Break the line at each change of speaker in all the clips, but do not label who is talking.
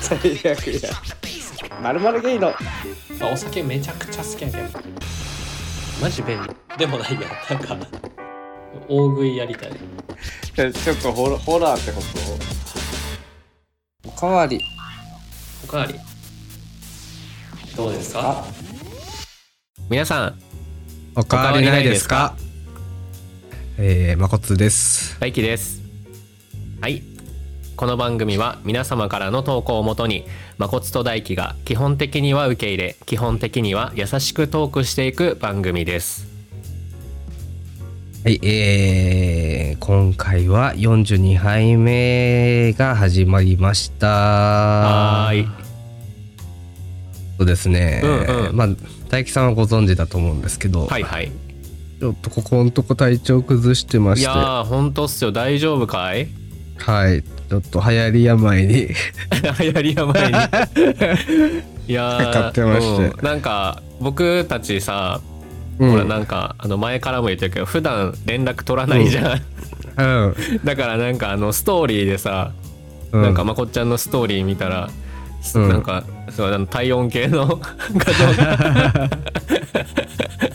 最悪やまるまるゲイの
まあお酒めちゃくちゃ好きやけどマジ便利でもないやなんか大食いやりたい
えちょっとホラホラーってことおかわり
おかわりどうです
あ
か皆さん
おかわりないですかえー、まこつです。
大輝ですはいこの番組は皆様からの投稿をもとにまこつと大輝が基本的には受け入れ基本的には優しくトークしていく番組です
はい、えー、今回は42杯目が始まりました。
は
は
ーい。
そうですね。
うんうん
まあ、大樹さんはご存知だと思うんですけど、
はいはい
ちょっとここのとこ体調崩してま
い
して、は
やーほんとっすよ大丈夫かい
い、ちょっと流行り病に。
流行り病に いやー
買ってまして
うんなんか僕たちさ
うん
ほらなんかあの前からも言ってるけど普段連絡取らないじゃん、
うん。
だからなんかあのストーリーでさ、
う
なんかまこっちゃんのストーリー見たら、す
うん
なんかそうあの体温計の 画像が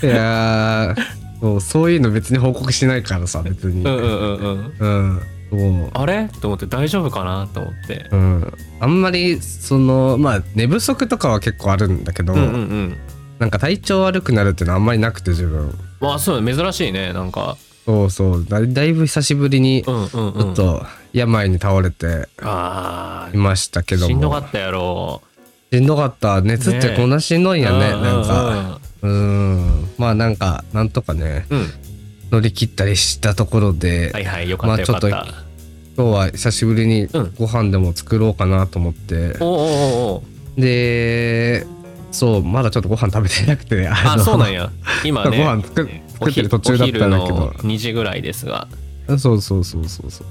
いやーそう、そういうの別に報告しないからさ、別に。
うんうんうんうん
うん。そう。
あれと思って大丈夫かなと思って
うん、あんまりそのまあ寝不足とかは結構あるんだけど、
うんうんうん
なんか体調悪くなるっていうのはあんまりなくて自分
まあそう珍しいねなんか
そうそうだだいぶ久しぶりにち
うんうんう
ょ
ん
っと病に倒れて
あ
いましたけ
あ
ども
しんどかったやろ
しんどかった熱ってこんなしんどいんやね
ねえ
なんかうんまあなんかなんとかね
うん
乗り切ったりしたところで、
はいはいよかったよかった、
まあち今日は久しぶりに
うん
ご飯でも作ろうかなと思って、
おおおうお う
でそうまだちょっとご飯食べてなくてね
あ
の
そうなんや今ね
ご飯作っ
お
作って
ひ
る途中だったんだけど
お昼の2時ぐらいですが
そうそうそうそうそう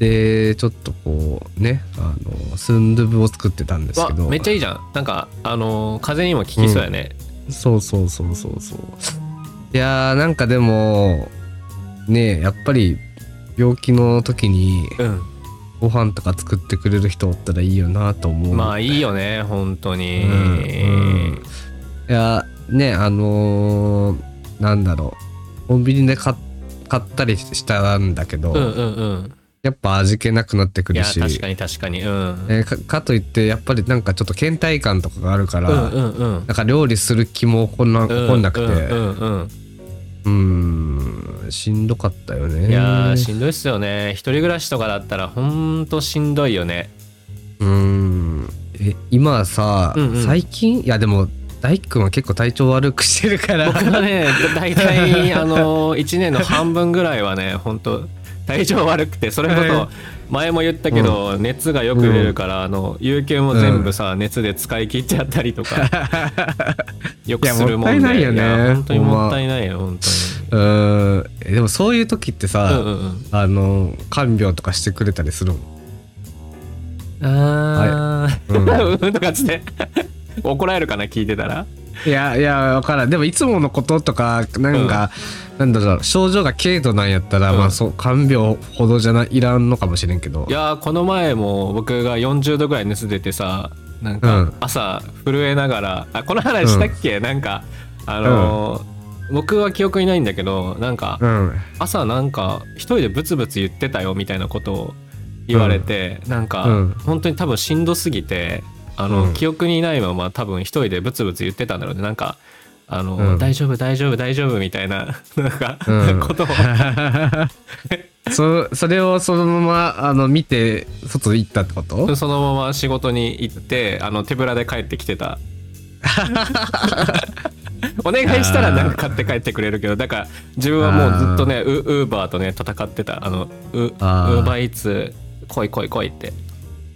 でちょっとこうねあのスンドゥブを作ってたんです
わ
けど
めっちゃいいじゃんなんかあのー風にも効きそうやね、
そうそうそうそうそういやーなんかでもねやっぱり病気の時に
うん
ご飯とか作ってくれる人おったらいいよなと思う、
まあいいよね本当に、
うんうんいやねあのーなんだろうコンビニで買っ買ったりしたんだけど、
うんうんうん
やっぱ味気なくなってく
い
る
や
し
確かに確かにうん、
えーかかといってやっぱりなんかちょっと倦怠感とかがあるから、
うんうんうん
なんか料理する気も起こんな,、
うん
起こんなくて
う
うん
うん
ーんしんどかったよ
う
ね
んいやーしんどいっすよね一人暮らしとかだったらほんとしんどいよね
うーんえ今さ、
うんうん
最近いやでも大輝くんは結構体調悪くしてるから
僕はね大体あのー1年の半分ぐらいはね本当体調悪くてそれこ
えー
そ前も言ったけど、熱がよく出るから、あの有給も全部さ、熱で使い切っちゃったりと かよくするもんで
いやもったいないよね
や本当に
ほんま
もったいないよ本
うーんえでもそういう時って
当
さ、
に。うんうんうん
あの看病とかしてくれたりするの
ああ、
はいう
んとかっつって怒られるかな聞いてたら
いやいや分からんでもいつものこととかなんか、なんだろう症状が軽度なんやったら、
うん
まあそう看病ほどじゃないいらんのかもしれんけど
いやーこの前も僕が40度ぐらい熱出てさなん
う
か
ん
朝震えながら、あこの話したっけ、なんかあのー僕は記憶にないんだけどなん か
うん
朝なんか一人でブツブツ言ってたよみたいなことを言われて、なんか、
うん
本当に多分しんどすぎてあの、
うん
記憶にないまま多分一人でブツブツ言ってたんだろうねなんかあの、
うん
大丈夫大丈夫大丈夫みたいななんか、
うん
ことを
そそれをそのままあの見て外行ったってこと
そのまま仕事に行ってあの手ぶらで帰ってき てたお願いしたらなんか買って帰ってくれるけどだから自分はもうずっとねウウーバーとね戦ってたあのウウー
あー
バーイーツ来い来い来いって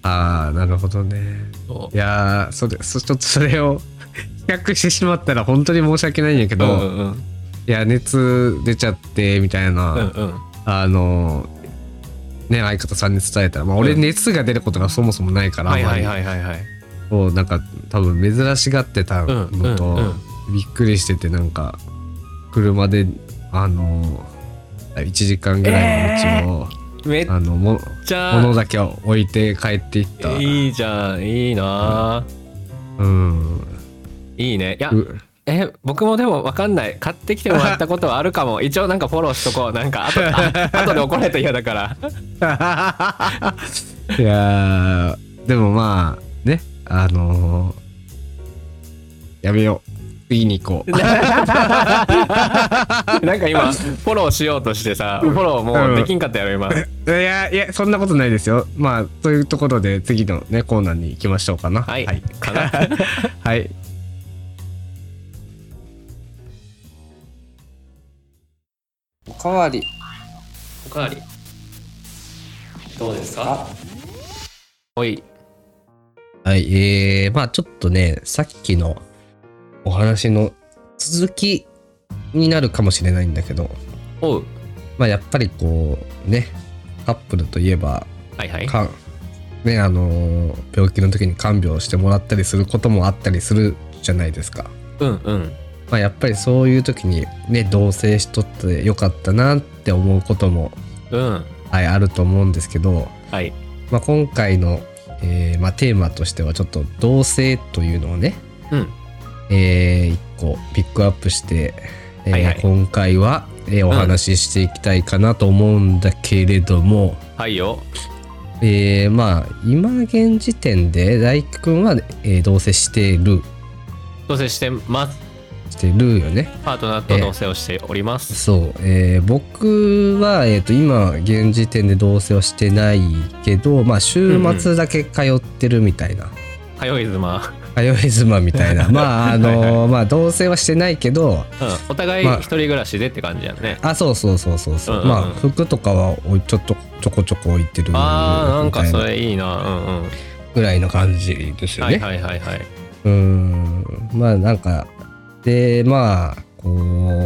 ああなるほどね
そ
いやーそれそちょっとそれを 比較してしまったら本当に申し訳ないんやけ
うう
ど、
んうんうん
いや熱出ちゃってみたいな、
うんうん
あのね相方さんに伝えたら、まあ、俺
うん
熱が出ることがそもそもないから、
はいはい
い
はいはいはい
そうなんか多分珍しがってた
うんうん
のと、びっくりしててなんか車であの1時間ぐらいの道を、
めっ
あのも
ちゃ
物だけを置いて帰っていった、
いいじゃんいいな、
うん
いいねいや
う
え僕もでも分かんない買ってきてもらったことはあるかも一応なんかフォローしとこうなんか後 あ後で怒られたら嫌だから
いやーでもまあねあのーやめよう次に行こう
なんか今フォローしようとしてさフォローもうできんかったやろ今
いやいやそんなことないですよまあというところで次のねコーナーに行きましょうかな
はい、
はい、
かな
はい
おかわり
おかわりどうです
あ
おい
はい、えー、まあちょっとね、さっきのお話の続きになるかもしれないんだけど、
おう
まあやっぱりこう、ね、カップルといえば、
はいはい
かんね、あのー病気の時に看病してもらったりすることもあったりするじゃないですか。
うんうん
まあやっぱりそういう時にね、同棲しとってよかったなって思うことも、
うん
はい、あると思うんですけど、
はい
まあ今回の、えーまあテーマとしてはちょっと同棲というのをね、
うん
えー、一個ピックアップして、えー
はいはい
今回は、えーお話ししていきたいかなと思うんだけれども、
はいよ
えーまあ今現時点で大輝くんは、えー同棲してる
同棲してます
してるよね
パートナーと同棲をしております、
そう、えー僕は、えー、と今現時点で同棲はしてないけどまあ週末だけ通ってるみたいな、
早い妻
通い妻みたいなまああのーまあ同棲はしてないけど
うんお互い
まあ
一人暮らしでって感じやね、
あそうそうそうそうそう、
うんうんう
まあ
ん
服とかはおいちょっとちょこちょこ置いてるみ
あーなん
た
か
い
そ
な
れいいなうんうん
ぐらいの感じですよ
はい
ね、
はいはいはい。
うんまあなんかでまあこ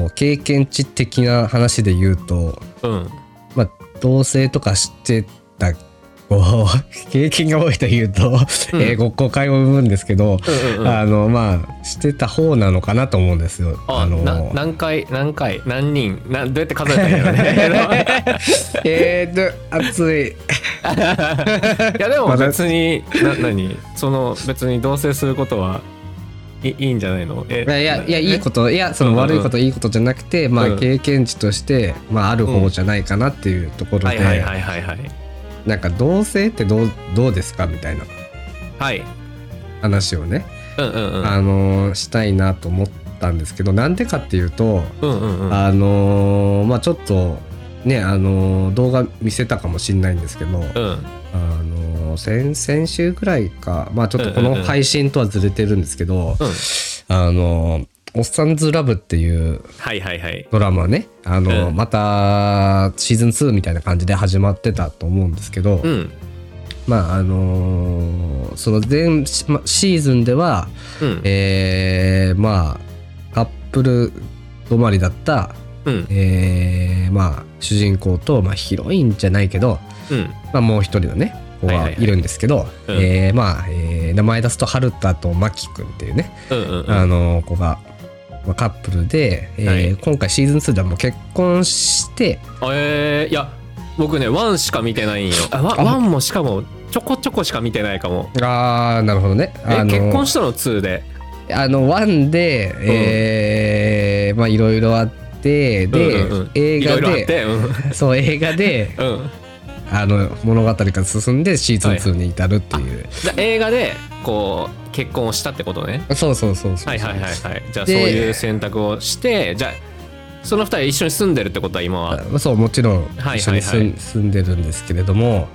う経験値的な話で言うと
うん。
まあ同棲とかしてたこう 経験が多いというと、
うん
えーご誤解を生むんですけど、
うんうんうん。
あのまあしてた方なのかなと思うんですよ。
あ
の
な何回何回何人などうやって数えたんやろ ね
えーっと暑い
いやでも
まだ
別にな何その別に同棲することはいいいんじゃないのえ
いやいやいやいいこといやそ
うん
の
うんうん
悪いこといいことじゃなくて、ま
う
あ
ん
経験値として、まあ、ある方じゃないかなっていうところ
は
で、
いはいはいはいはい
なんか同性ってどうどうですかみたいな
はい
話をね、
うんうんうん
あのーしたいなと思ったんですけどなんでかっていうと、
うんうんうん
あのーまあちょっとねあのー動画見せたかもしれないんですけど、
うん
あのー先先週くらいかまあちょっとこ
うん
の
うんうん
配信とはずれてるんですけど、
うん
あのー「おっさんずラブ」っていう
はいはいはい
ドラマねあの、
うん
またシーズン2みたいな感じで始まってたと思うんですけど、
うん
まああのーその全シまシーズンでは
うん
えーまあカップル止まりだった、
うん
えーまあ主人公と、まあ、ヒロインじゃないけど、
うん
まあ、もう一人のね子
はいはい
は
はい
いるんですけど、
うん
えーまあ、えー名前出すと春田と真木君っていうね
うんうんうん
あの子が、まあカップルで、えー
はい
今回シーズン2ではもう結婚して
えー、いや僕ねワンしか見てないんよあワン
あ
ワンもしかもちょこちょこしか見てないかも
ああなるほどね
え
あの
結婚したの2で
あの1で、えーまあいろいろあってで、
うんうんうん
映
いろ
画
いろあっ
で
てうん
そう映画 で
うん
あの物語が進んでシーズン2に至るっていう、
じゃあ映画でこう結婚をしたってことね
そうそうそうそう
はいはいはいはいじゃあそう
で
いう選択をしてじゃあその二人一緒に住んでるってことは今は
あそうもちろん
はい
一緒に住ん,、
はいは
住んでるんですけれども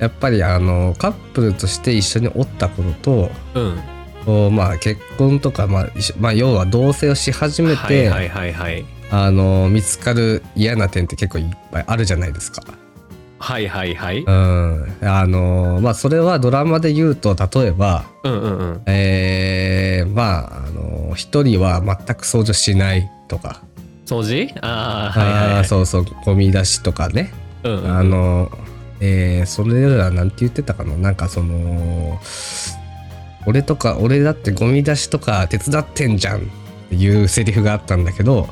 やっぱりあのカップルとして一緒におった頃と
うん
こうまあ結婚とか、まあ一緒まあ、要は同棲をし始めて、
はいはいはいはい
あの見つかる嫌な点って結構いっぱいあるじゃないですか。
はいはいはい
うん、あのまあそれはドラマで言うと例えば、
うんうんうん
えーまああの一人は全く掃除しないとか、
掃除ああはいはい
あ
は
ー
い
そうそうゴミ出しとかね、
うんうん
あのえーそれらなんて言ってたかななんかその俺とか俺だってゴミ出しとか手伝ってんじゃんっていうセリフがあったんだけど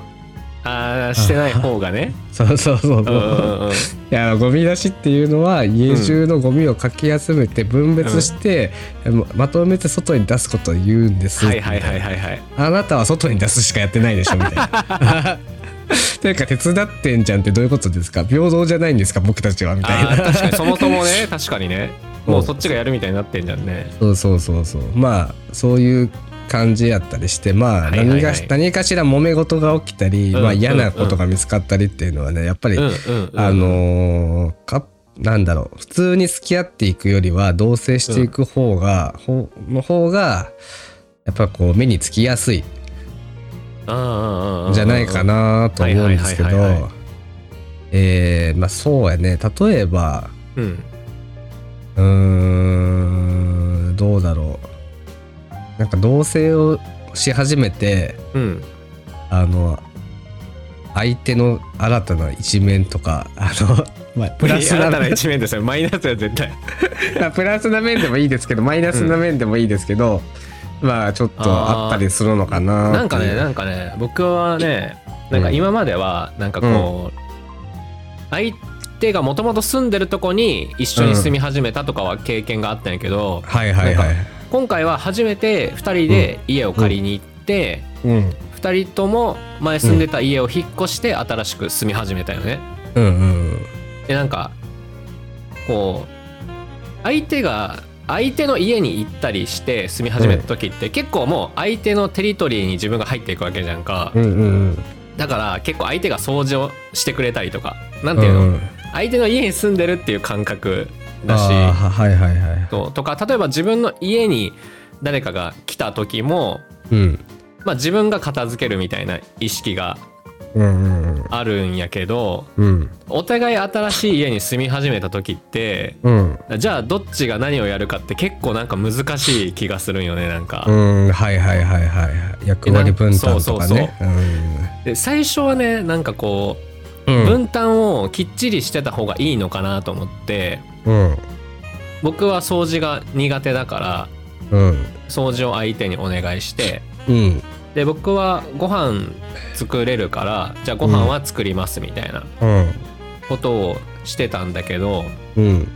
ああしてない方がね
そうそうそうそ
うんう
うん
うん
いやゴミ出しっていうのは家中のゴミをかき集めて分別して、ままとめて外に出すことを言うんです
はいはいはいはいはい
あなたは外に出すしかやってないでしょみた いな。というか手伝ってんじゃんってどういうことですか平等じゃないんですか僕たちはみたいな
あー確かにそもそもね 確かにね
そう
もうそっちがやるみたいになってんじゃんね
そうそうそうそうまあそういう感じやったりしてまあ
はいはいはい
何がし何かしら揉め事が起きたり、
うん
まあ、嫌なことが見つかったりっていうのはねやっぱり、
うんうん、うん、
あのーかなんだろう普通に付き合っていくよりは同棲していく方が、ほの方がやっぱこう目につきやすい
うんうんうんうんうん
じゃないかなと思うんですけど
はいはいはいはい
えーまあそうやね例えば
うん
うーんどうだろうなんか同棲をし始めて
うん
あの相手の新たな一面とかあ の、まあ、プラス
いや
な
新たな一面ですよマイナスは絶対
まあプラスな面でもいいですけどマイナスな面でもいいですけど、まあちょっとあったりするのかな
なんか
ってい
ね
う
なんかね僕はねなんか今まではなんかこう、相手がもともと住んでるとこに一緒に住み始めたとかは経験があったんやけど、
はいはいはい
今回は初めて2人で家を借りに行って、
うん
二2人とも前住んでた家を引っ越して新しく住み始めたよね。
うんうん
でなんかこう相手が相手の家に行ったりして住み始めた時って結構もう相手のテリトリーに自分が入っていくわけじゃんか、
うんうんうん
だから結構相手が掃除をしてくれたりとかなん
う
ていうの、
んうん
相手の家に住んでるっていう感覚だし
あーははいはいはい
ととか例えば自分の家に誰かが来た時も、
うん
まあ、自分が片付けるみたいな意識が
うんうん
あるんやけど
うん
お互い新しい家に住み始めた時って
うん
じゃあどっちが何をやるかって結構なんか難しい気がするんよねなんか、
うんはいはいはいはい役割分担とかね
で最初はねなんかこ
う
うん
うん
分担をきっちりしてた方がいいのかなと思って
うん
僕は掃除が苦手だから
うん
掃除を相手にお願いして
うん
で僕はご飯作れるからじゃあご飯は作りますみたいな
うん
ことをしてたんだけど
うん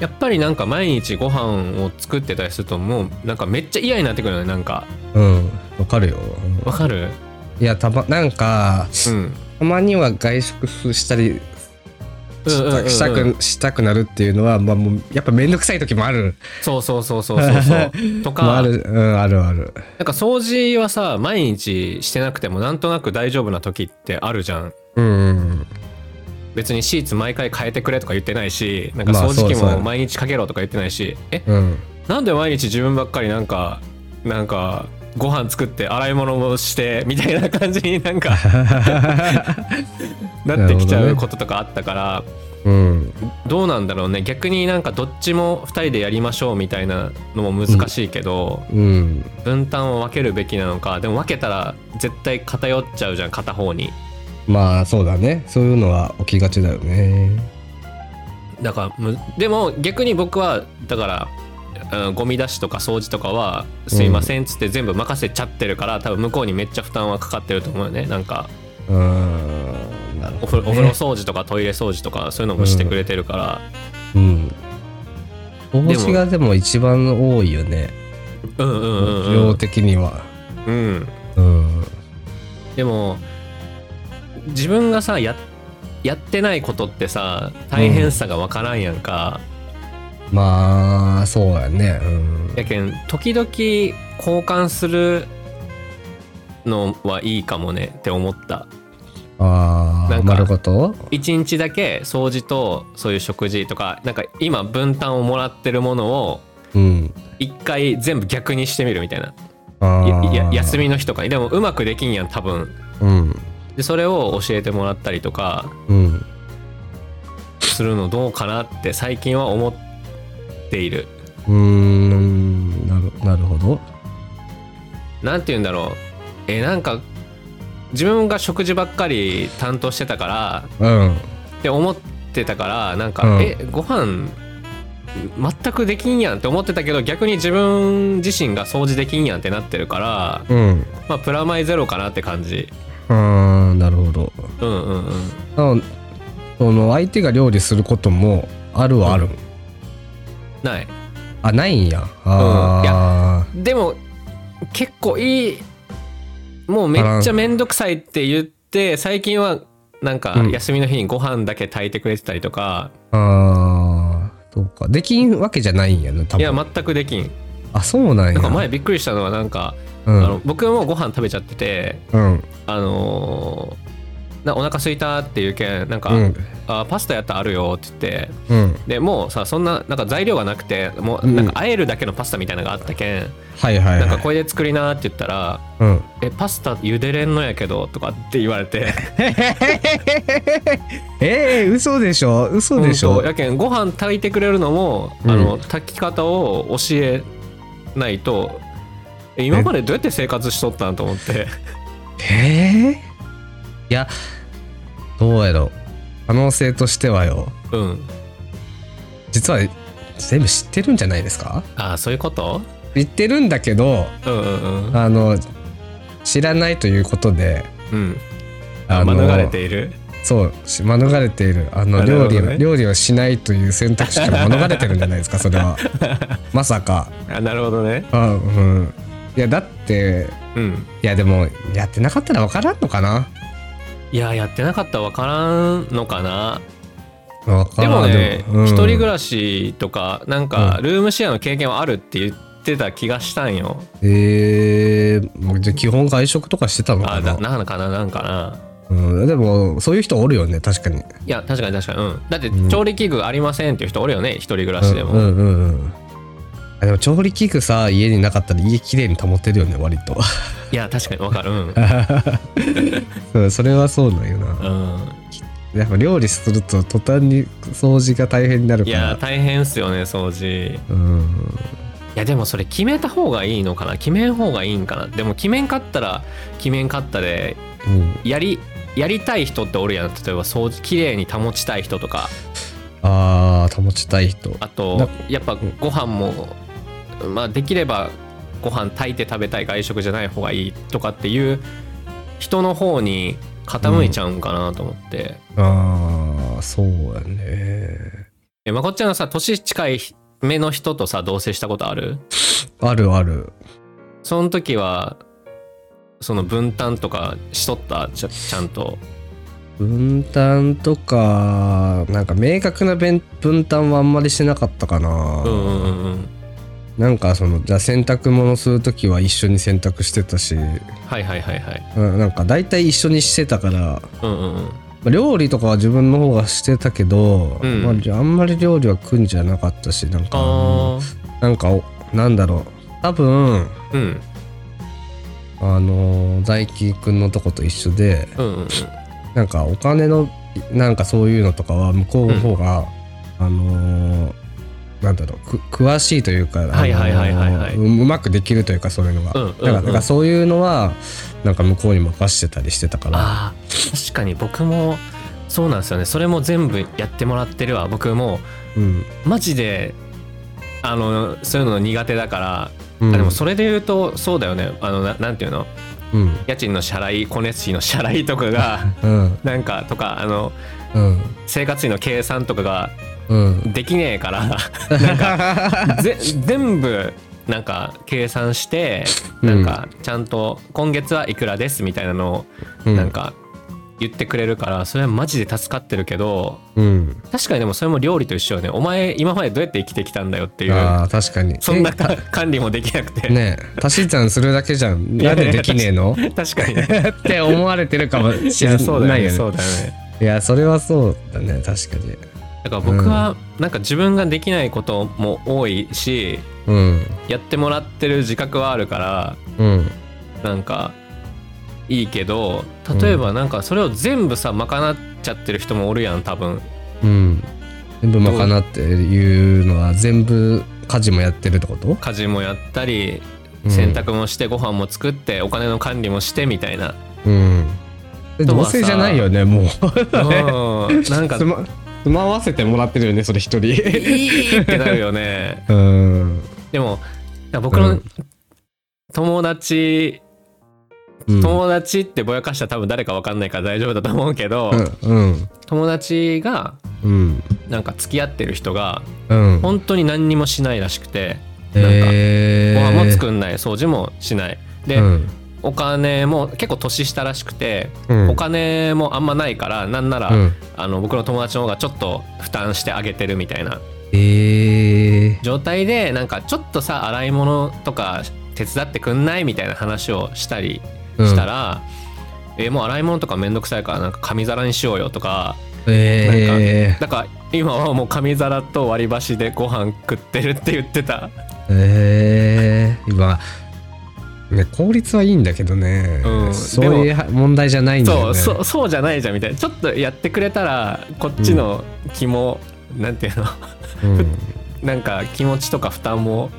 やっぱりなんか毎日ご飯を作ってたりするともうなんかめっちゃ嫌になってくるのねなんか
うんわかるよ
わかる
いやたまなんか
うん
たまには外食したり
うんうんうんうん
したしたくしたくなるっていうのは、まあ、もうやっぱ面倒くさい時もある
そうそうそうそうそうそう
も
と
う
か
あ
なん
る、うん、あるある
か掃除はさ毎日してなくてもなんとなく大丈夫な時ってあるじゃん
うんうん
別にシーツ毎回変えてくれとか言ってないしなんか
まあ
掃除機
そうそ
も
う
毎日かけろとか言ってないしえ
うん
なんで毎日自分ばっかりなんかなんかご飯作って洗い物もしてみたいな感じに なんかなってきちゃうこととかあったから
うん
どうなんだろうね逆になんかどっちも2人でやりましょうみたいなのも難しいけど、
うん
分担を分けるべきなのかでも分けたら絶対偏っちゃうじゃん片方に
まあそうだねそういうのは起きがちだよね
だからむでも逆に僕はだから、うんゴミ出しとか掃除とかは「すいません」っつって全部任せちゃってるから多分向こうにめっちゃ負担はかかってると思うよねなんか
うんなるほ
お風
ど、
呂お
ね、
風呂掃除とかトイレ掃除とかそういうのもしてくれてるから、
うん帽子がでも一番多いよね
うん、うんうんうんう
量
ん
的には
うん
うん
でも自分がさややってないことってさ大変さが分からんやんか、
まあそうやねうん
やけん時々交換するのはいいかもねって思った
あ
な
あ
んか
なるほど
一日だけ掃除とそういう食事とかなんか今分担をもらってるものを
うん
一回全部逆にしてみるみたいな
あー
いや休みの日とかにでもうまくできんやん多分
うん
でそれを教えてもらったりとか
うん
するのどうかなって最近は思っている
うーんなるなるほど。
なんて言うんだろうえなんか自分が食事ばっかり担当してたから
うん。
って思ってたからなんか、
うん
えご飯全くできんやんって思ってたけど逆に自分自身が掃除できんやんってなってるから
うん。
まあプラマイゼロかなって感じ
あーなるほど
うんうんうん
なのその相手が料理することもあるはある、
ない
あないんやあ
でも結構いいもうめっちゃめんどくさいって言って最近はなんか
うん
休みの日にご飯だけ炊いてくれてたりとか、
ー、あーそうかできんわけじゃないんやな多分
いや全くできん
あそうなんや
なんか前びっくりしたのはなんか、
うん
あの僕はもうご飯食べちゃってて
うん
あのーなお腹空いたっていうけんなんか、
うん
あパスタやったらあるよって言って
うん
でもうさそんななんか材料がなくてもう
うん
なんか和えるだけのパスタみたいなのがあったけん、
はいはい
なん
は
か
い
これで作りなって言ったら
うん
「えパスタ茹でれんのやけど」とかって言われて
ええ嘘でしょ嘘でし
本
ょ
当やけんご飯炊いてくれるのも、
うん
あの炊き方を教えないとえ今までどうやって生活しとったんと思って
ええいやどうやろ可能性としてはよ
うん
実は全部知ってるんじゃないですか
ああそういうこと
知ってるんだけど
うんうんうん
あの知らないということで
うん
あ
あ
の
免れている
そうし免れているあの
なる
料
ほど
理を、
ね
料理をしないという選択肢から免れてるんじゃないです かそれはまさか
あなるほどね
あうんいやだって
うん
いやでもやってなかったら分からんのかない
ややってなかったら分からんのかな
分から
でも
ん
ね一、
うん
人暮らしとかなんか
う
ルームシェアの経験はあるって言ってた気がしたんよ、
えー、もうじゃあ基本外食とかしてたのか
あ
な
だなんかななんかな
うん、でもそういう人おるよね確かに
いや確かに確かにうんだって
うん
調理器具ありませんっていう人おるよね一人暮らしでも、
うんうんうんうんあでも調理器具さ家になかったら家きれいに保てるよね割と
いや確かにわかるうん、
うんそれはそうなんよな
うん、
やっぱ料理すると途端に掃除が大変になる
い
か
や
ら
大変っすよね掃除い
うん
やでもそれ決めた方がいいのかな決めん方がいいんかなでも決めんかったら決めんかったで
うん、
やりやりたい人っておるやん例えば掃除きれいに保ちたい人とか
あー保ちたい人
あ
な
とやっぱご飯も、まあ、できればご飯炊いて食べたい外食じゃない方がいいとかっていう人の方に傾いちゃうんかなと思って、
ああそうやね
えまこっちゃんがさ年近い目の人とさ同棲したことある
あるある
その時はその分担とかしとったちゃちゃんと
分担とかなんか明確な分分担はあんまりしてなかったかな、
うんうんうんうん
なんかそのじゃあ洗濯物する時は一緒に洗濯してたし、う
はいはいはいはい
ん、なんか大体一緒にしてたからま
うんうんうん
あ料理とかは自分の方がしてたけど、
うん
まあじゃあ、あんまり料理は食うんじゃなかったしなんか
あ
なんかおなんだろう多分
あうん
あのー大輝くんのとこと一緒で
うんうんうん
なんかお金のなんかそういうのとかは向こうの方が、あのーなんだろうく詳しいというか、あのー
はいはいはいはいはいう
うまくできるというかそういうのが、
うんうんうん
だからだからそういうのはなんか向こうに任せてたりしてたから
あー確かに僕もそうなんですよねそれも全部やってもらってるわ僕も
うん、
マジであのそういうの苦手だから、
うん、
あでもそれで言うとそうだよねあのななんていうの
うん
家賃の支払い光熱費の支払いとか が
うん
なんかとかあの
うん
生活費の計算とかが
うん
できねえから なんかぜ全部なんか計算してなんかちゃんと今月はいくらですみたいなのを
うん
なんか言ってくれるからそれはマジで助かってるけど
うん
確かにでもそれも料理と一緒よねお前今までどうやって生きてきたんだよっていう
あー確かに
そんな
え
か管理もできなくて、
ねえ足し算するだけじゃん
いや
ないんで
や
できねえの
確か にね
って思われてるかも
い
しれ
やそう
な
だ
い
よね
よね
そうだよね
いやそれはそうだね確かに
だから僕はなんか自分ができないことも多いし
うん
やってもらってる自覚はあるから
うん
なんかいいけど例えばなんかそれを全部さ賄っちゃってる人もおるやん多分
うん。全部賄っていうのは全部家事もやってるってこと
家事もやったり
うん
洗濯もしてご飯も作ってお金の管理もしてみたいな、
うん。で
と
同
はさ
性じゃないよね、もう。
うん なんか
住ま、住まわせてもらってるよね、それ一
い
人。
いってなるよね
うん。
でも僕
う
の
ん
友達
うん
友達ってぼやかしたら多分誰か分かんないから大丈夫だと思うけど、
うん
友達が
うん
なんか付き合ってる人が
うん
本当に何にもしないらしくてなんか
え
ご
ー、
飯も作んない掃除もしないで、
うん
お金も結構年下らしくて、
うん
お金もあんまないからなんなら、
うん
あの僕の友達の方がちょっと負担してあげてるみたいな
えー、
状態でなんかちょっとさ洗い物とか手伝ってくんないみたいな話をしたりしたら、えーもう洗い物とかめんどくさいからなんか紙皿にしようよとか
え
だから今はもう紙皿と割り箸でご飯食ってるって言ってた
ー、えー、今ね効率はいいんだけどね、
うん
そういうは問題じゃないんだ
そ
よ
う
ね
そうそうじゃないじゃんみたいなちょっとやってくれたらこっちの気も、なんていうの
うん、
なんか気持ちとか負担も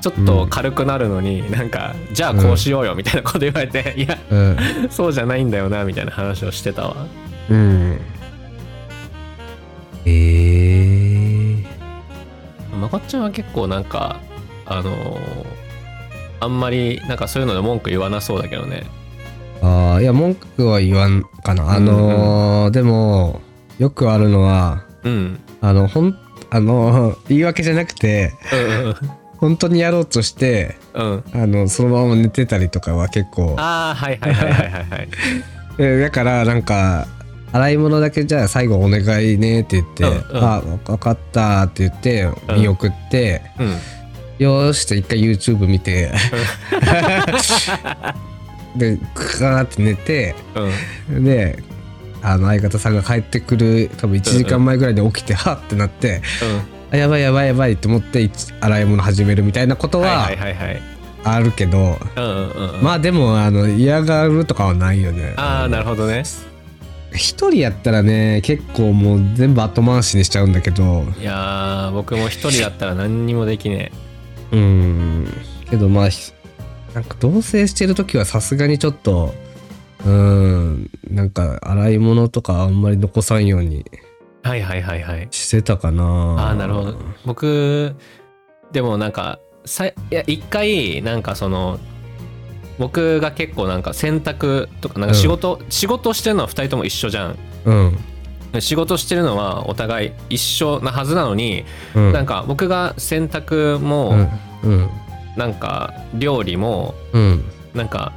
ちょっと軽くなるのに、なんかじゃあこうしようよみたいなこと言われて、いや
うん
そうじゃないんだよなみたいな話をしてたわ
うんえー、
まこっちゃんは結構なんかあのーあんまりなんかそういうので文句言わなそうだけどね
あーいや文句は言わんかなあのーでもよくあるのは
うん
あのほんあの言い訳じゃなくて
うん
本当にやろうとして
うんうん
あのそのまま寝てたりとかは結構
ああはいはいはいはいはいはい
えーだからなんか洗い物だけじゃあ最後お願いねって言って「
うんうん
あ分かった」って言って
うん
見送って
うん
「よーし」って一回 YouTube 見 てでクカーって寝て
うん
であの相方さんが帰ってくる多分1時間前ぐらいで起きてはっってなって「
う
あやばいやばいやばい」って思って一洗い物始めるみたいなこと
んはい
は
はいはいはい
あるけど
うんうんうん
まあでもあの嫌がるとかはないよね。
ああなるほどね
一人やったらね結構もう全部後回しにしちゃうんだけど
いやー僕も一人だったら何にもできね
うんけどまあひなんか同棲してる時はさすがにちょっとうんなんか洗い物とかあんまり残さんように
えはいはいはいはい
してたかな
ああなるほど僕でもなんかさいや一回なんかその僕が結構なんか洗濯とかなんか仕事、仕事してるのは2人とも一緒じゃん
うん、
仕事してるのはお互い一緒なはずなのに、
うん、
なんか僕が洗濯も、
うんうん
なんか料理も
うん
なんか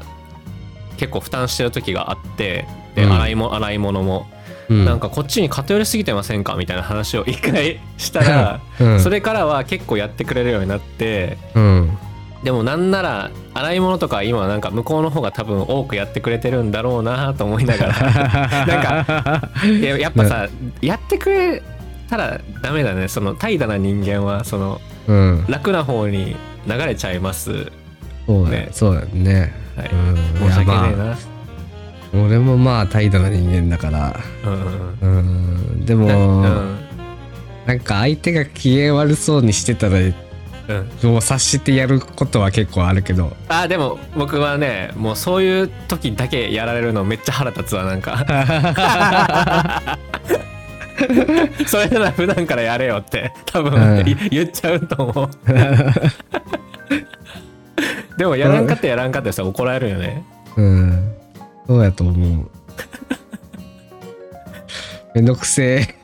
結構負担してる時があってで
うん
洗いも洗い物も、
うん
なんかこっちに偏りすぎてませんかみたいな話を一回したら
うん
それからは結構やってくれるようになって
うん
でもなんなら洗い物とか今なんか向こうの方が多分多くやってくれてるんだろうなと思いな がらなんかいややっぱさやってくれたらダメだねその怠惰な人間はその
うん
楽な方に流れちゃいます
そうだ
ね
ねそうだね、
はい
うん
申し
い
訳ねえ
や
な、
まあ俺もまあ怠惰な人間だから
うんうん
うんで
う
も
ん
なんか相手が機嫌悪そうにしてたら
うんうん
もう察してやることは結構あるけど
あーでも僕はねもうそういう時だけやられるのめっちゃ腹立つわなん かそれなら普段からやれよって多分、
うん
い言っちゃうと 思うでもやらんかってやらんかってさ怒られるよね
うんそうやと 思うめんどくせ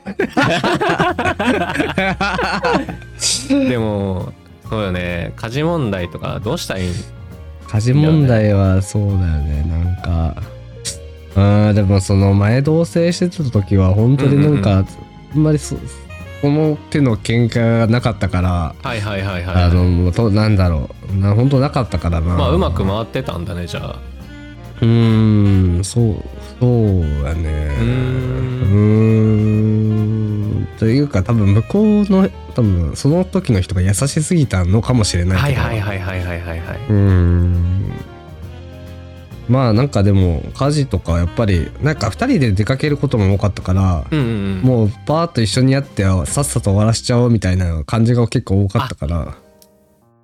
でもそうよね家事問題とかどうしたらいい
え家事問題はそうだよねなんかあーでもその前同棲してた時は本当になんか、あんまりそその手の喧嘩がなかったから
はいはいはいはい
あのもうとなんだろうな本当なかったからな
まあうまく回ってたんだねじゃあ
うーん、そう、そうだね。う
うー
ーんというか、多分向こうの、多分その時の人が優しすぎたのかもしれない
はい
けど。
はいはいはいはいはいはいう
ーん。まあなんかでも家事とかやっぱりなんか2人で出かけることも多かったから、
うんうんうん
もうパーッと一緒にやってさっさと終わらしちゃおうみたいな感じが結構多かったから、
っ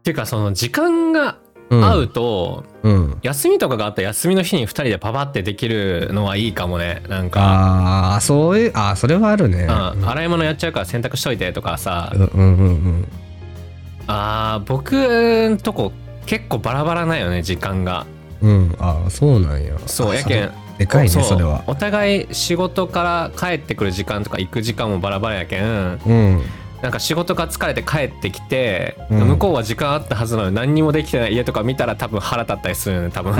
ていうかその時間が
うん、
合うと、
うん
休みとかがあったら休みの日に2人でパパってできるのはいいかもねなんか
ああそういうあーそれはあるね
うん、洗い物やっちゃうから洗濯しといてとかさ、
うんうんうんうん
あー僕んとこ結構バラバラなよね時間が
うんああそうなんや
そうやけん
でかいね
う
そうれは
お互い仕事から帰ってくる時間とか行く時間もバラバラやけん
うん
なんか仕事が疲れて帰ってきて、
うん
向こうは時間あったはずなのに何にもできてない家とか見たら多分腹立ったりするよね 多分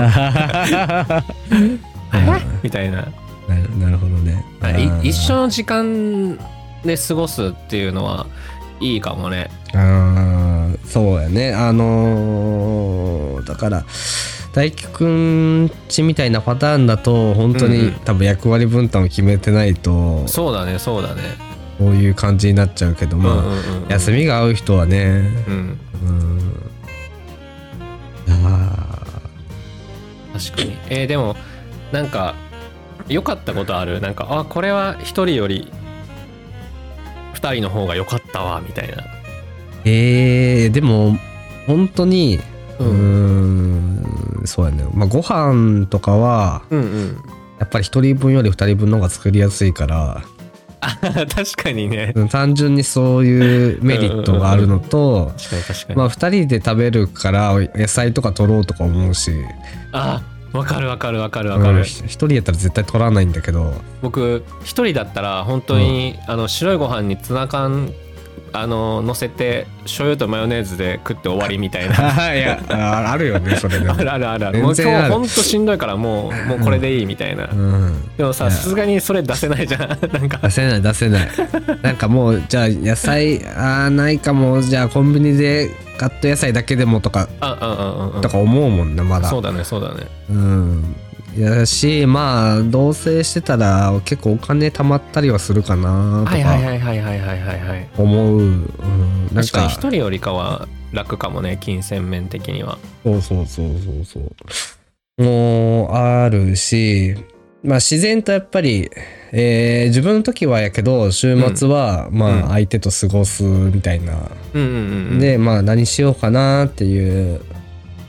みたいな
ななるほどね
あい
あー
一緒の時間で過ごすっていうのはいいかもね
あーそうやねあのーだから大輝くんちみたいなパターンだと本当
うん
に、
うん
多分役割分担を決めてないと
そうだねそうだね
そういう感じになっちゃうけどまあ、
うんうんうん
休みが合う人はね
うん
うんあ
確かにえーでもなんか良かったことあるなんかあこれは一人より二人の方が良かったわみたいな
ーえー、でも本当にうー
うん
んそうやねまあご飯とかは
うん
やっぱり1人分より2人分の方が作りやすいから
あ 確かにね
うん単純にそういうメリットがあるのと、
確かに確かに、
まあ、2人で食べるから野菜とか取ろうとか思うし
あわかるわかるわかるわかる、
1人やったら絶対取らないんだけど
僕一人だったら本当に、あの白いご飯にツナ缶あの乗せて醤油とマヨネーズで食って終わりみ たいな
あいやああるよねそれでも
あ。るあるあるある
全
もう今
然
日
ある
ほんとしんどいからもうもうこれでいいみたいな、
うん
でもさ
いや
さすがにそれ出せないじゃん なんか
出せない出せないなんかもうじゃあ野菜あーないかもじゃあコンビニでカット野菜だけでもとか
あうんうんうんうん
とか思うもんなまだ
そうだねそうだね
うんやしまあ同棲してたら結構お金貯まったりはするかなと
はいはい
か
はいはいはいはいはいはい
思う、うん、なん
確か
か
に一人よりかは楽かもね金銭面的には
そうそうそうそうそうもうあるしまあ自然とやっぱり、えー自分の時はやけど週末は、ま
うん
あ相手と過ごすみたいな、
うんうんうん
でまあ何しようかなっていう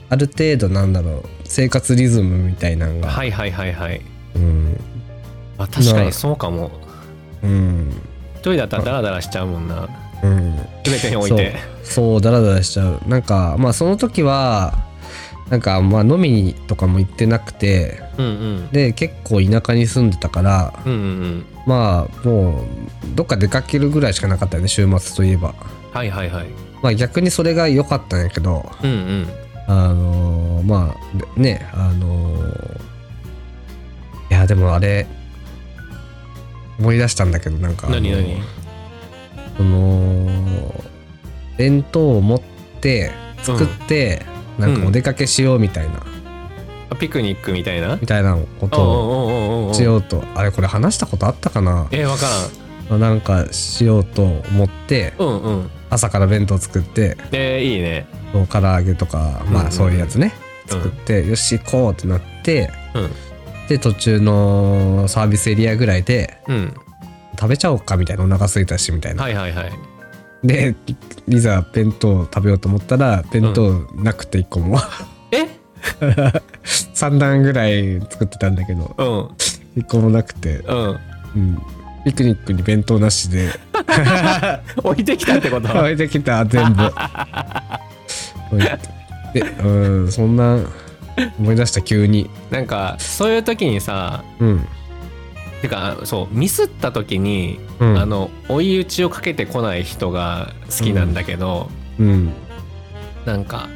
ある程度なんだろう生活リズムみたいなのが、
はいはいはいはい
うん
あ確かにそうかも
うん
一人だったらダラダラしちゃうもんな
うん
全てにおいて
そうダラダラしちゃうなんかまあその時はなんかまあ飲みにとかも行ってなくて
うんうん
で結構田舎に住んでたから
うんうんうん
まあもうどっか出かけるぐらいしかなかったよね週末といえば
はいはいはい
まあ逆にそれが良かったんやけど
うんうん
あのーまあねあのーいやでもあれ思い出したんだけどなんかあの
何何
その弁当を持って作って、
ん
なんかお出かけしようみたいな、
あピクニックみたいな
みたいなことを
おうおうおうおうおう
しようとあれこれ話したことあったかな
えー、わか
なんかしようと思って
らんうんうん
朝から弁当作って
えー、いいね
そう唐揚げとか
うんうん
ま
うん
あそういうやつね、
うん
作って、よし行こうってなって
うん
で途中のサービスエリアぐらいで
うん
食べちゃおうかみたいなお腹空いたしみたいな、
はいはいはい
でいざ弁当食べようと思ったら弁当なくて一個も。
え
3段ぐらい作ってたんだけど
うん
一個もなくて、
うん
うん、ピクニックに弁当なし で
置いてきたってこと
置いてきた全部置いてでうんそんな思い出した急に
なんかそういう時にさ
うん
てかそうミスった時に、
うん
あの追い打ちをかけてこない人が好きなんだけど、
うん
なん か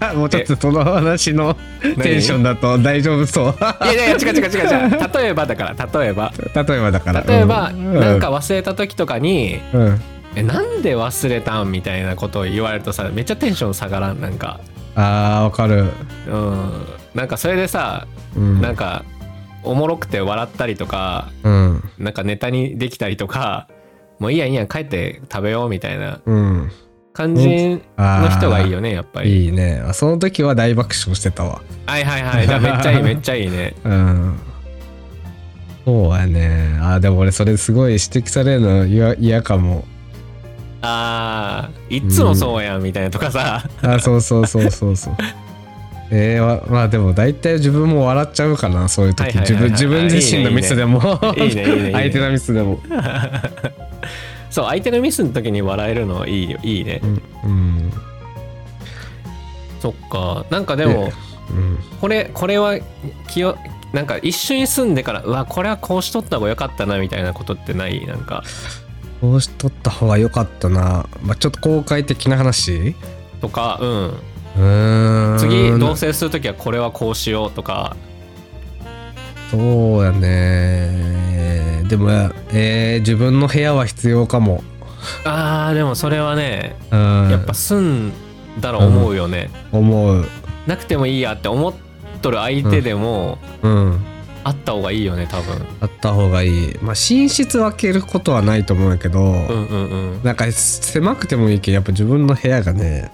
あ もうちょっとその話の
何
テンションだと大丈夫そう
いやいや違う違う違う違う例えばだから例えば
例えばだから
例えば、
うん
なんか忘れた時とかに
うん
「えなんで忘れたん?」みたいなことを言われるとさめっちゃテンション下がらんなんか
あーわかる
うんなんかそれでさ
うん
なんかおもろくて笑ったりとか
うん
なんかネタにできたりとかもういいやいいや帰って食べようみたいな
うん
感じの人がいいよねやっぱり
いいねあその時は大爆笑してたわ
はいはいはいじゃあめっちゃいいめっちゃいいね
うん。そうやね。あ、でも俺それすごい指摘されるの嫌嫌かも。
あーいっつもそうやんみたいなとかさ、
あ、そうそうそうそう そう。えー、わまあでも大体自分も笑っちゃうかなそういう
はい
時
はい
自
はいはい
分自分自身のミスでも
いいねいいねいい ね
相手のミスでも、
そう相手のミスの時に笑えるのいいよいいね
うんうん、
そっかなんかでも
ねうん
これこれは気をなんか一緒に住んでからうわこれはこうしとった方が良かったなみたいなことってないなんか
こうしとった方が良かったな、まあ、ちょっと公開的な話
とかうん
うーん
次同棲する時はこれはこうしようとか
そうやねでもえー自分の部屋は必要かも
あーでもそれはね
うん
やっぱ住んだら思うよね、
思う
なくてもいいやって思っとる相手でも、
うん
あった方がいいよね多分
あった方がいいまあ寝室分けることはないと思うんやけど、
うんうんうん
なんか狭くてもいいけどやっぱ自分の部屋がね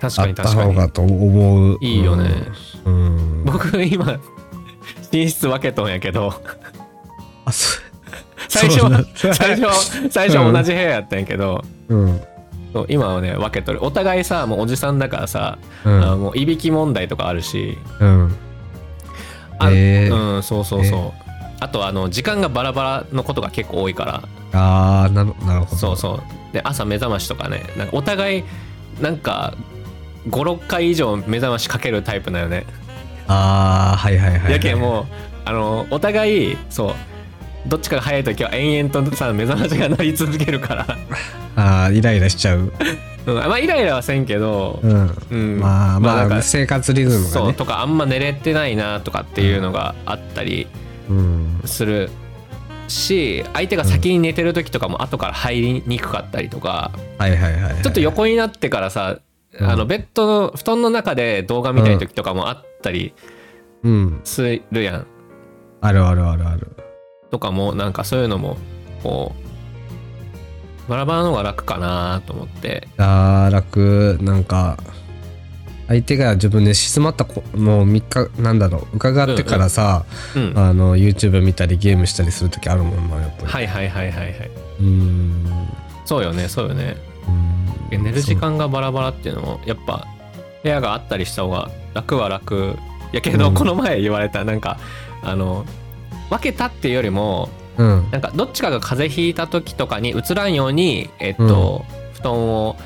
確
あ
か
っ
に
た
確か
方
に
がと思う
いいよね、
うん、うん
僕今寝室分けとんやけど
あそ
最初は
そうなんだ
最初は最初は同じ部屋やったんやけど、
うん、うん、
そう今はね分けとるお互いさもうおじさんだからさ、あのもういびき問題とかあるし
うん
あ
えー
うんそうそうそう、あとあの時間がバラバラのことが結構多いから
ああなるなるほど
そうそうで朝目覚ましとかねなんかお互いなんか56回以上目覚ましかけるタイプなよね
ああはいはいはい、はい、
やけんもうあのお互いそうどっちかが早い時は延々とさ目覚ましが鳴り続けるから、
ああイライラしちゃう、
うん、まあイライラはせんけど
う、ん、
うん
まあまあ、
なんか
生活リズムが
そう
ね
とかあんま寝れてないなとかっていうのがあったり
うん
するし相手が先に寝てる時とかも後から入りにくかったりとか
はいはいはいはい
ちょっと横になってからさ
うん
あのベッドの布団の中で動画見たい時とかもあったり
うん
するやん
あるあるあるある
とかもなんかそういうのもこうバラバラの方が楽かなと思って
あー楽なんか相手が自分で静まったこのを3日なんだろう伺ってからさ、
うん
あの YouTube 見たりゲームしたりする時あるもんなやっぱり、
はいはいはいはいはいう
ーん
そうよねそうよね
う
寝
ん
る時間がバラバラっていうのもやっぱ部屋があったりした方が楽は楽やけど、
うん
この前言われたなんかあの分けたっていうよりも
そううん
なんかどっちかが風邪ひいた時とかに移らんようにえっと、布団を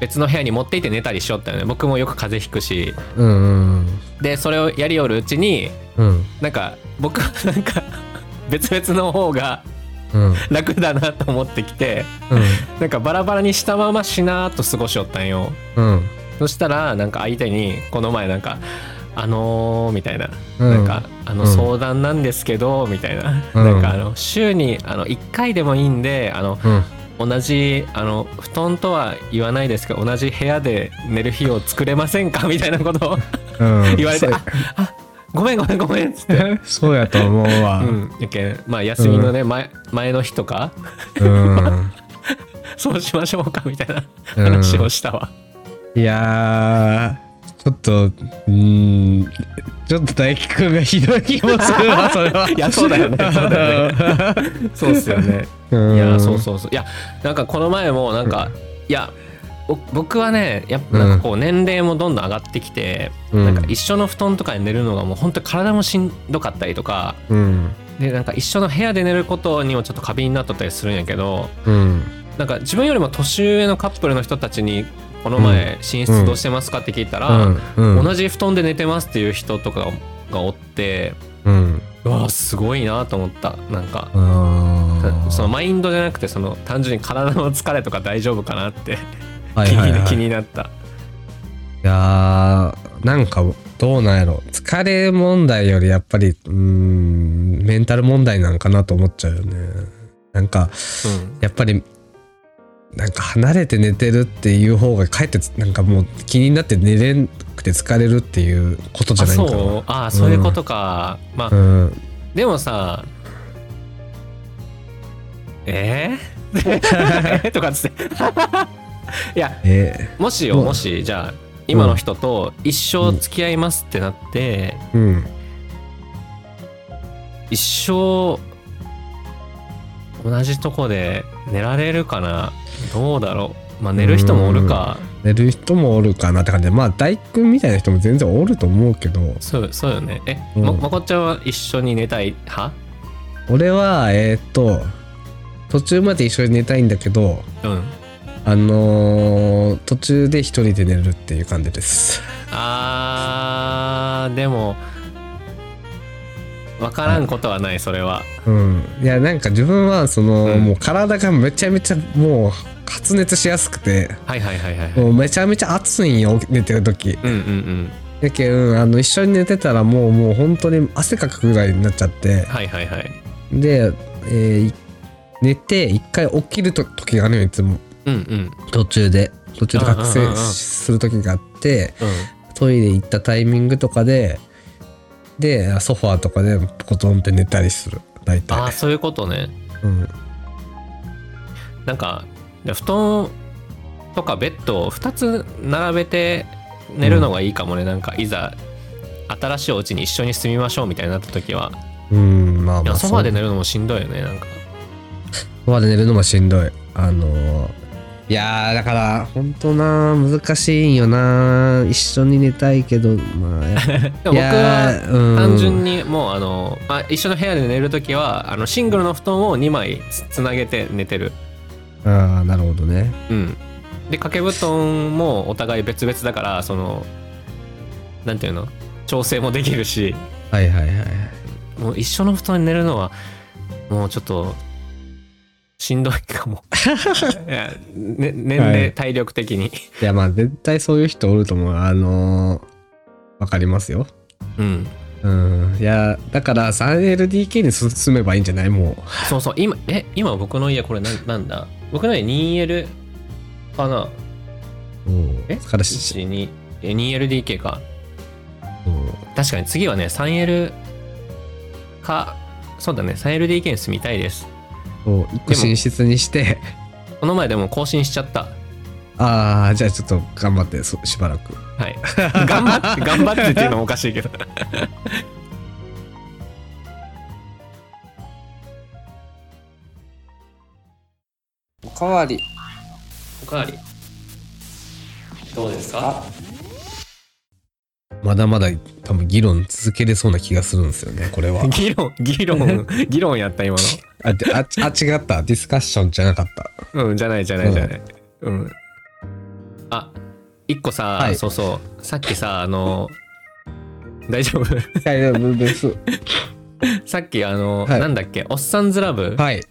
別の部屋に持っていって寝たりしよったよね僕もよく風邪ひくし
うんうん
でそれをやりよるうちに
うん
なんか僕は なんか別々の方が
うん
楽だなと思ってきてなんかバラバラにしたまましなーっと過ごしよったんよ。
うんうん
そしたらなんか相手にこの前なんか「あのー」みたいな「
うん
なんかあの
うん
相談なんですけど」みたいな「
うん
なんかあの週にあの1回でもいいんであの
うん
同じあの布団とは言わないですけど同じ部屋で寝る日を作れませんか?」 みたいなことを
うん
言われて「ああごめんごめんごめん」っつって。
そうやと思うわ
う。ん、やけんまあ休みのね、前前の日とか
うん。
そうしましょうかみたいな
うん
話をしたわ、
いやー、ちょっと、うーん、ちょっと大輝くんがひどい気もするわ、それは。
いやそうだよねそうだよそうっすよね
うん
いやそうそうそういやなんかこの前もなんか、いやお僕はねやっぱなんかこう年齢もどんどん上がってきて、
うん
なんか一緒の布団とかに寝るのがもう本当体もしんどかったりとか
うん。
でなんか一緒の部屋で寝ることにもちょっと過敏になっとったりするんやけど
うん。
なんか自分よりも年上のカップルの人たちにこの前寝室どうしてますかって聞いたら、
うんうん
同じ布団で寝てますっていう人とかがおって
うん。
うわすごいなと思ったなんか。
あー
そのマインドじゃなくてその単純に体の疲れとか大丈夫かなって
は
気
い
に,、
はいはい
気になった
いやーなんかどうなんやろ疲れ問題よりやっぱりうーんメンタル問題なんかなと思っちゃうよねなんかやっぱりなんか離れて寝てるっていう方がかえってなんかもう気になって寝れんくて疲れるっていうことじゃ
あ
ないか
そうああそういうことか、まあ、
なうん
でもさえー、 えーとかっつって いや
え
もしよ
もう
もしじゃあ今の人と一生付き合いますってなって、
ーうん
一生同じとこで寝られるかなどうだろうまあ寝る人もおるか
寝る人もおるかなって感じでまあ大工君みたいな人も全然おると思うけど
そうそうよねえ、
うん
ままこっちゃんは一緒に寝たい派
俺はえーっと途中まで一緒に寝たいんだけど
うん
あのー途中で一人で寝るっていう感じです。
ああーでも分からんことはないそれは
うん、いやなんか自分はその、
うん
もう体がめちゃめちゃもう発熱しやすくて
はいはいはいはいはい
もうめちゃめちゃ暑いんよ寝てる時
うんうんうん
だけど、うん、あの一緒に寝てたらもうもう本当に汗かくぐらいになっちゃって
はいはいはい
で、えーい寝て一回起きると時があるよいつも
うんうん
途中で途中で覚
うんう
醒
んうん
しする時があって
う
トイレ行ったタイミングとかででソファーとかでポトンって寝たりする大
んああ
体、
そういうことね
うん、
なんか布団とかベッドを2つ並べて寝るのがいいかもね、なんかいざ新しいお家に一緒に住みましょうみたいになった時は
うんまあ
い
ま
や
あ
ソファーで
そう
寝るのもしんどいよねなんか
ソファーで寝るのもしんどいあのーいやーだから本当な難しいんよな一緒に寝たいけどまあやっぱ
でも僕は単純
に
にもうあの、あ、一緒の部屋で寝る時はあのシングルの布団を2枚つつなげて寝てる
ああなるほどね
うんで掛け布団もお互い別々だからそのなんていうの調整もできるし
はいはいはいはい
もう一緒の布団に寝るのはもうちょっとしんどいか もいや、ね、年齢、
はい
体力的に
いやまあ絶対そういう人おると思うあのーわかりますよ
うん
うんいやだから 3LDK に進めばいいんじゃないも
そうそう今え今僕の家これなんなんだ僕の家 2L かな
う
え
だからし
12え 2LDK か
うん
確かに次はね 3L かそうだね 3LDK に住みたいです
そう一個寝室にして
この前でも更新しちゃった
ああじゃあちょっと頑張ってそしばらく
はい 頑張って頑張ってっていうのもおかしいけど
おかわり
おかわりどうですか
あ
まだまだ多分議論続けれそうな気がするんですよねこれは
議論議 論議論やった今
あでああ違ったディスカッションじゃなかった
のうんじゃないじゃないじゃないうんあ一個さ、
はい
そうそうさっきさあの大丈夫
いやいやです
さっきあの、
はい
なんだっけ「おっさんずラブ」
はい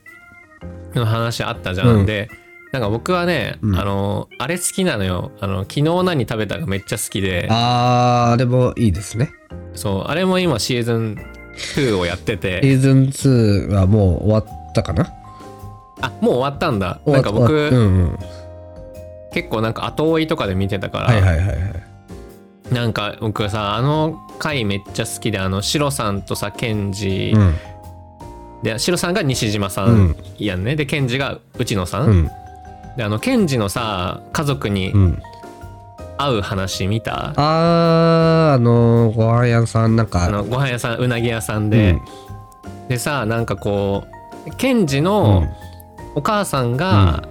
の話あったじゃん、
うん
でなんか僕はね、
うん
あのあれ好きなのよあの昨日何食べたがめっちゃ好きで
あーでもいいですね
そうあれも今シーズン2をやってて
シーズン2はもう終わったかな
あもう終わったんだなんか僕、
終わったうんうん
結構なんか後追いとかで見てたから、
はいはいはいはい
なんか僕さあの回めっちゃ好きであのシロさんとさケンジ、
うん
でシロさんが西島さ
うんん
やんね、でケンジが内野さん、
うん
であのケンジのさ家族に
うん
会う話見た、
あーあのー、ご飯屋さんなんか
あのご飯屋さんうなぎ屋さんで、でさなんかこうケンジ
うん
のお母さんが、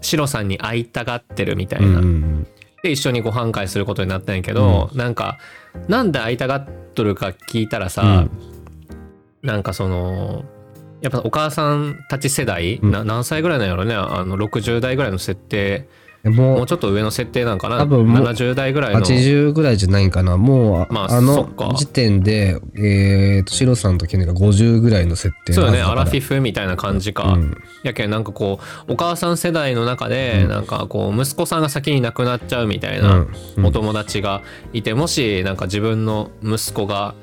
シロさんに会いたがってるみたい
うんう
な、
んうん
で一緒にご飯会することになったんやけど、なんかなんで会いたがっとるか聞いたらさ、なんかそのやっぱお母さんたち世代、
うん
な何歳ぐらいなんやろねあの60代ぐらいの設定
うんも
も
う
うちょっと上の設定なんかな
多分もう
70代ぐらいの
80ぐらいじゃないかなもうあ,、
まあそ
の
っか
時点でえー、とシロさんとケネが50ぐらいの設定
そうよね
のは
ア
ずだから
ラフィフみたいな感じか、
うん
やけんなんかこうお母さん世代の中で、
うん
なんかこう息子さんが先に亡くなっちゃうみたいな、
うんうん
お友達がいてもしなんか自分の息子が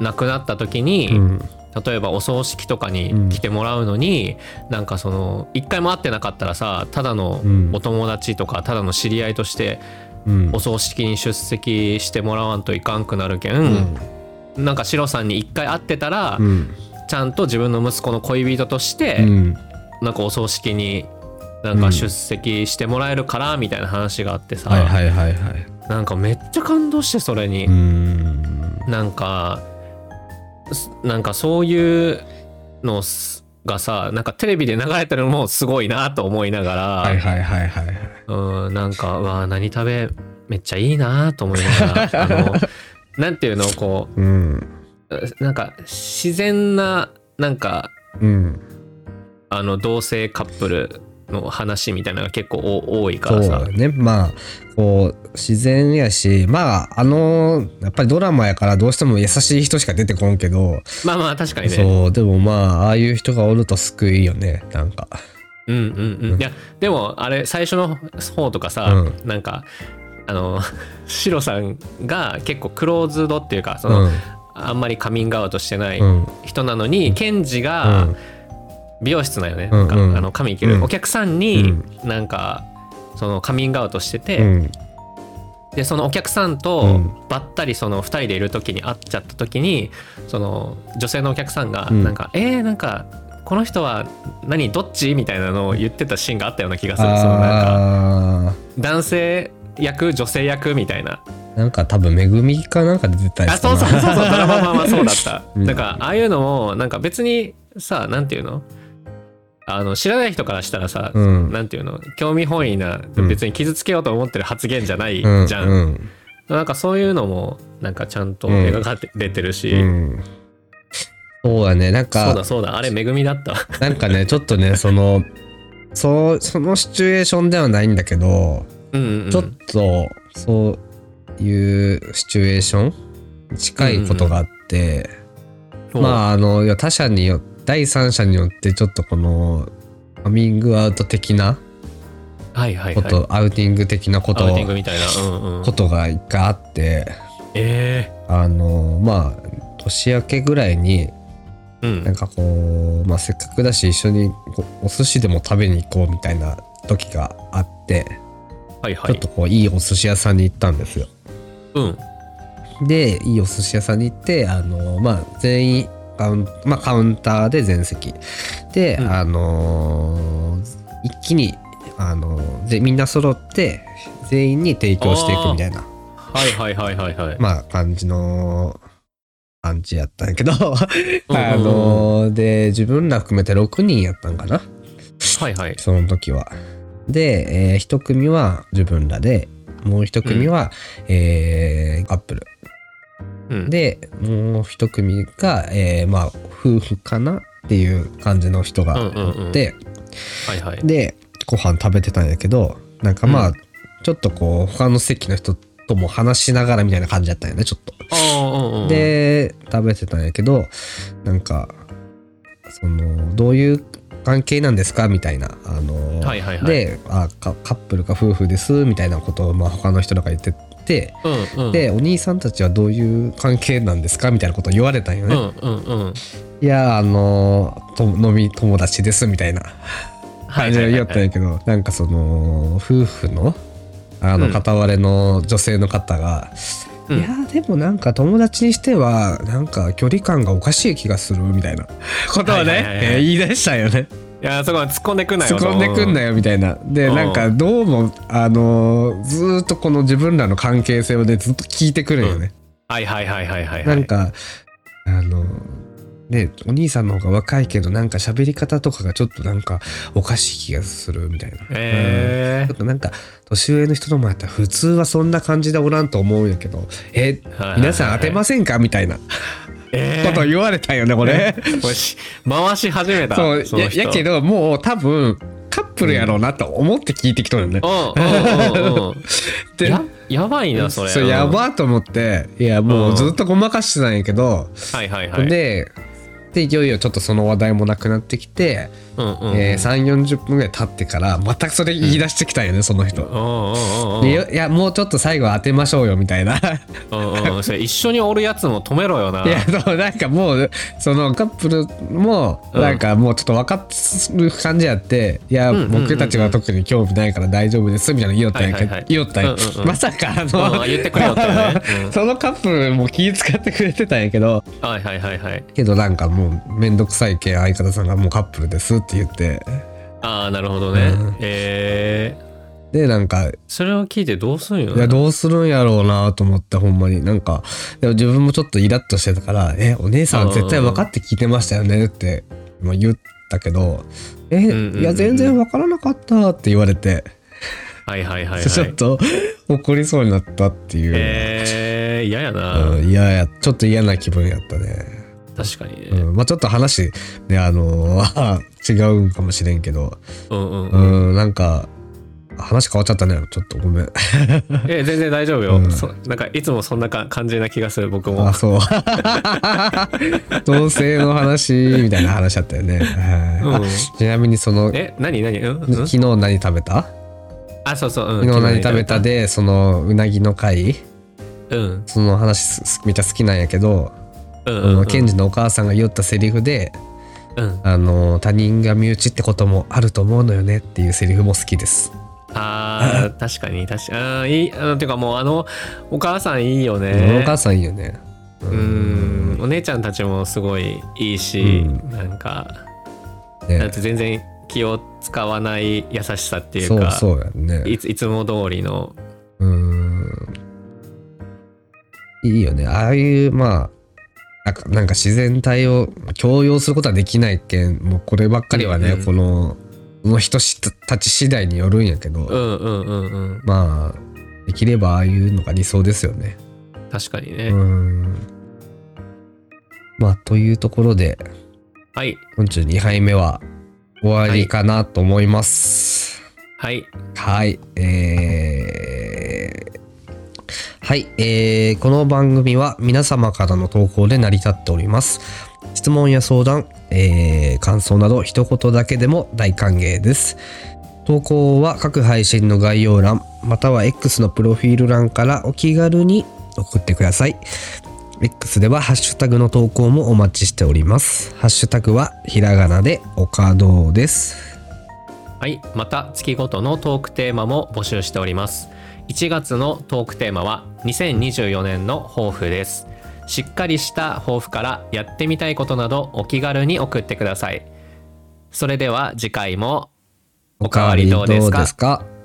亡くなった時に、
うん
例えばお葬式とかに来てもらうのに、なんかその一回も会ってなかったらさただの
うん
お友達とかただの知り合いとして
うん
お葬式に出席してもらわんといかんくなるけん、なんかシロさんに一回会ってたら、
うん
ちゃんと自分の息子の恋人として、
うん
なんかお葬式になんか出席してもらえるからみたいな話があってさ、
はいはいはいはい
なんかめっちゃ感動してそれに、
うん
なんかすなんかそういうのすがさなんかテレビで流れてるのもすごいなと思いながら、
はいはいはいはいはい
うんなんかうわあ何食べめっちゃいいなと思いながらあ のなんていうのこ
うん
うなんか自然ななんか
うん
あの同性カップルの話みたいなのが結構お多いか
そ
ら
う
さ
だねまあこう自然やしまああのやっぱりドラマやからどうしても優しい人しか出てこんけど、
まあまあ確かにね
そうでもまあああいう人がおると救いよねなんか
うんうんうんいやでもあれ最初の方とかさ、
う
なんかあのシロさんが結構クローズドっていうかそうの、
ん
あんまりカミングアウトしてない
うん
人なのに、ケンジ
う
が
ん
美容室だよね、
うん
なんか
うん
あの髪切る、
うん
お客さんになんかそのカミングアウトしてて、
うん
でそのお客さん
う
と
ん
ばったりその2人でいる時に会っちゃった時にその女性のお客さんが
うん
なんか「えー、なんかこの人は何どっち?」みたいなのを言ってたシーンがあったような気がするそのなんか
あ
男性役女性役みたいな
ーなんか多分恵みかなんかで出てたり
あ
した
そう
な
そうそうそうドラマ版はそうだった、
うん
だからああいうのもなんか別にさなんていうのあの知らない人からしたらさ、
うん
なんていうの興味本位な
うん
別に傷つけようと思ってる発言じゃないじ
うん
ゃん、
うん
なんかそういうのもなんかちゃんと描かれてるし、
うんそうだねなん
そう
か
だそうだあれ恵みだった
なんかねちょっとねそのそうそのシチュエーションではないんだけど
うんうんうん
ちょっとそういうシチュエーションに近いことがあって、
そう
まああのいや他者によ第三者によってちょっとこのカミングアウト的な
はいはい
こ
はい
と、アウティング的なこ
ア
と
ウティングみたいな、うんうん
こ、とが一回あって
え
あのまあ年明けぐらいに
えうん
なんかこう、まあ、せっかくだし一緒にこうお寿司でも食べに行こうみたいな時があって、
はいは
ちょっ
い
とこういいお寿司屋さんに行ったんですよ。
うん
でいいお寿司屋さんに行ってあのまあ全員カウン,、まあ、カウンターで全席で、
うん
あのー一気にあのーでみんな揃って全員に提供していくみたいな
はいはいはいはいはい、
まあ感じの感じやったんやけど
うんうんうん
あのーで自分ら含めて6人やったんかな
はいはい
その時は。で、えー一組は自分らでもう一組は、えーカップル。
うん
でもう一組が、えーまあ夫婦かなっていう感じの人が
うんうんうん
おって、
はいはい
でご飯食べてたんやけどなんかまあ、
うん
ちょっとこう他の席の人とも話しながらみたいな感じだったんやねちょっと。
ああうんうん
で食べてたんやけどなんかそのどういう関係なんですかみたいなあの、
はいはいはい
であカカップルか夫婦ですみたいなことを、まあ、他の人らが言ってて。
うんうん
で、お兄さんたちはどういう関係なんですかみたいなことを言われたんよ
う
ね。
んうんうん
いや、あのと、飲み友達ですみたいな
は
感
い
じ
は
で
い
言
は
っ
い
たんやけど、なんかその、夫婦の、あ
う
の、
ん
片割れの女性の方が、
うん
いや、でもなんか友達にしては、なんか距離感がおかしい気がするみたいなことを
はい
ね、
はいはいはい
えー言い出したんよね。
いやそこは突っ込んでくんな
突
よ
っ込んでくんなよみたいな。で、
うん
なんかどうも、あのーずーっとこの自分らの関係性をね、ずっと聞いてくるんよね。
はいはいはいはいはいはい
なんか、あの、ね、お兄さんの方が若いけど、なんか喋り方とかがちょっとなんかおかしい気がするみたいな。
え
ちょっとなんか、年上の人の前やったら普通はそんな感じでおらんと思うんやけど、え、
はいはい
皆さん当てませんかみたいなこ
ええ
と言われたよね、これ。
これし回し始めた
そう
そ
や
の人
やけど、もう多分、カップルやろうなと思って聞いてきとるよね。
うんうんうんうん
で
ややばいなそれ
そうやばーと思っていやもうずっとごまかしてたんやけど、
はいはいはい
ででいよいよちょっとその話題もなくなってきて、
うんうんうん
え3 4 0分ぐらい経ってからまたそれ言い出してきたんよね、その人。
うんうんうん
でよいやもうちょっと最後当てましょうよみたい な。い
うんうんそれ一緒におるやつも止めろよな
やそうなんかもうそのカップルも
うん
なんかもうちょっと分かってる感じやって「いや
うんうんうんうん
僕たちは特に興味ないから大丈夫です」みたいなの言おったんやけ
はいはいはい
ど言おったんや
うんうんうん
まさかあ
うん
の
言ってくれよったよね うん
そのカップルも気遣ってくれてたんやけど
はいはいはいはい
けどなんかもうめんどくさいけん相方さんがもうカップルですって言って
ああなるほどね
うん
ええ
でなんか
それを聞いてどうすんよ
いやどうするんやろうなと思ってほんまになんかでも自分もちょっとイラッとしてたから「えお姉さん絶対分かって聞いてましたよね」ってまあ言ったけど「え、
んうんうん
いや全然分からなかった」って言われて、
はいはいはいはい
ちょっと怒りそうになったっていう
ええ嫌やな
うん、嫌やちょっと嫌な気分やったね
確かに
う
ね。
ん、まあちょっと話ねあの 違うんかもしれんけど
うんうん
う
うん。
んなんか話変わっちゃったねちょっとごめん
え、全然大丈夫よ。
うん
そなんかいつもそんなか感じな気がする僕 も
あ。そう同性の話みたいな話だったよね、はい
うん
あちなみにその
え、何何うんうん
昨日何食べた
あ、そうそう。うん
昨日何食べたでそのうなぎの回
うん
その話すめっちゃ好きなんやけど、
うん
あ
う
の
ん。
ケンジのお母さんが言ったセリフで
うん。
あの他人が身内ってこともあると思うのよねっていうセリフも好きです
あー確かに確かにあーいいうんていうかもうあのお母さんいいよ
お
ね
母さんいいよね。う
うんお姉ちゃんたちもすごいいいし、
う
なんかだっ
ね、
て全然気を使わない優しさってい
そうう
か
そうやんね。
いついつも通りの
うん。いいよね。ああいう、まあ、なんかなんか自然体を強要することはできないけん、もうこればっかりはね、
うんうん
この、この人たち次第によるんやけど、
うんうんうんうん
まあ、できればああいうのが理想ですよね。
確かにね、
うん。まあ、というところで、
はい
42杯目は終わりかなと思います。
はい
はい、えーはい、えーこの番組は皆様からの投稿で成り立っております。質問や相談、えー感想など一言だけでも大歓迎です。投稿は各配信の概要欄、または X のプロフィール欄からお気軽に送ってください。X ではハッシュタグの投稿もお待ちしております。ハッシュタグはひらがなでおかどうです。
はい、また月ごとのトークテーマも募集しております。1月のトークテーマは2024年の抱負です。しっかりした抱負からやってみたいことなどお気軽に送ってください。それでは次回もおかわりどうですか
か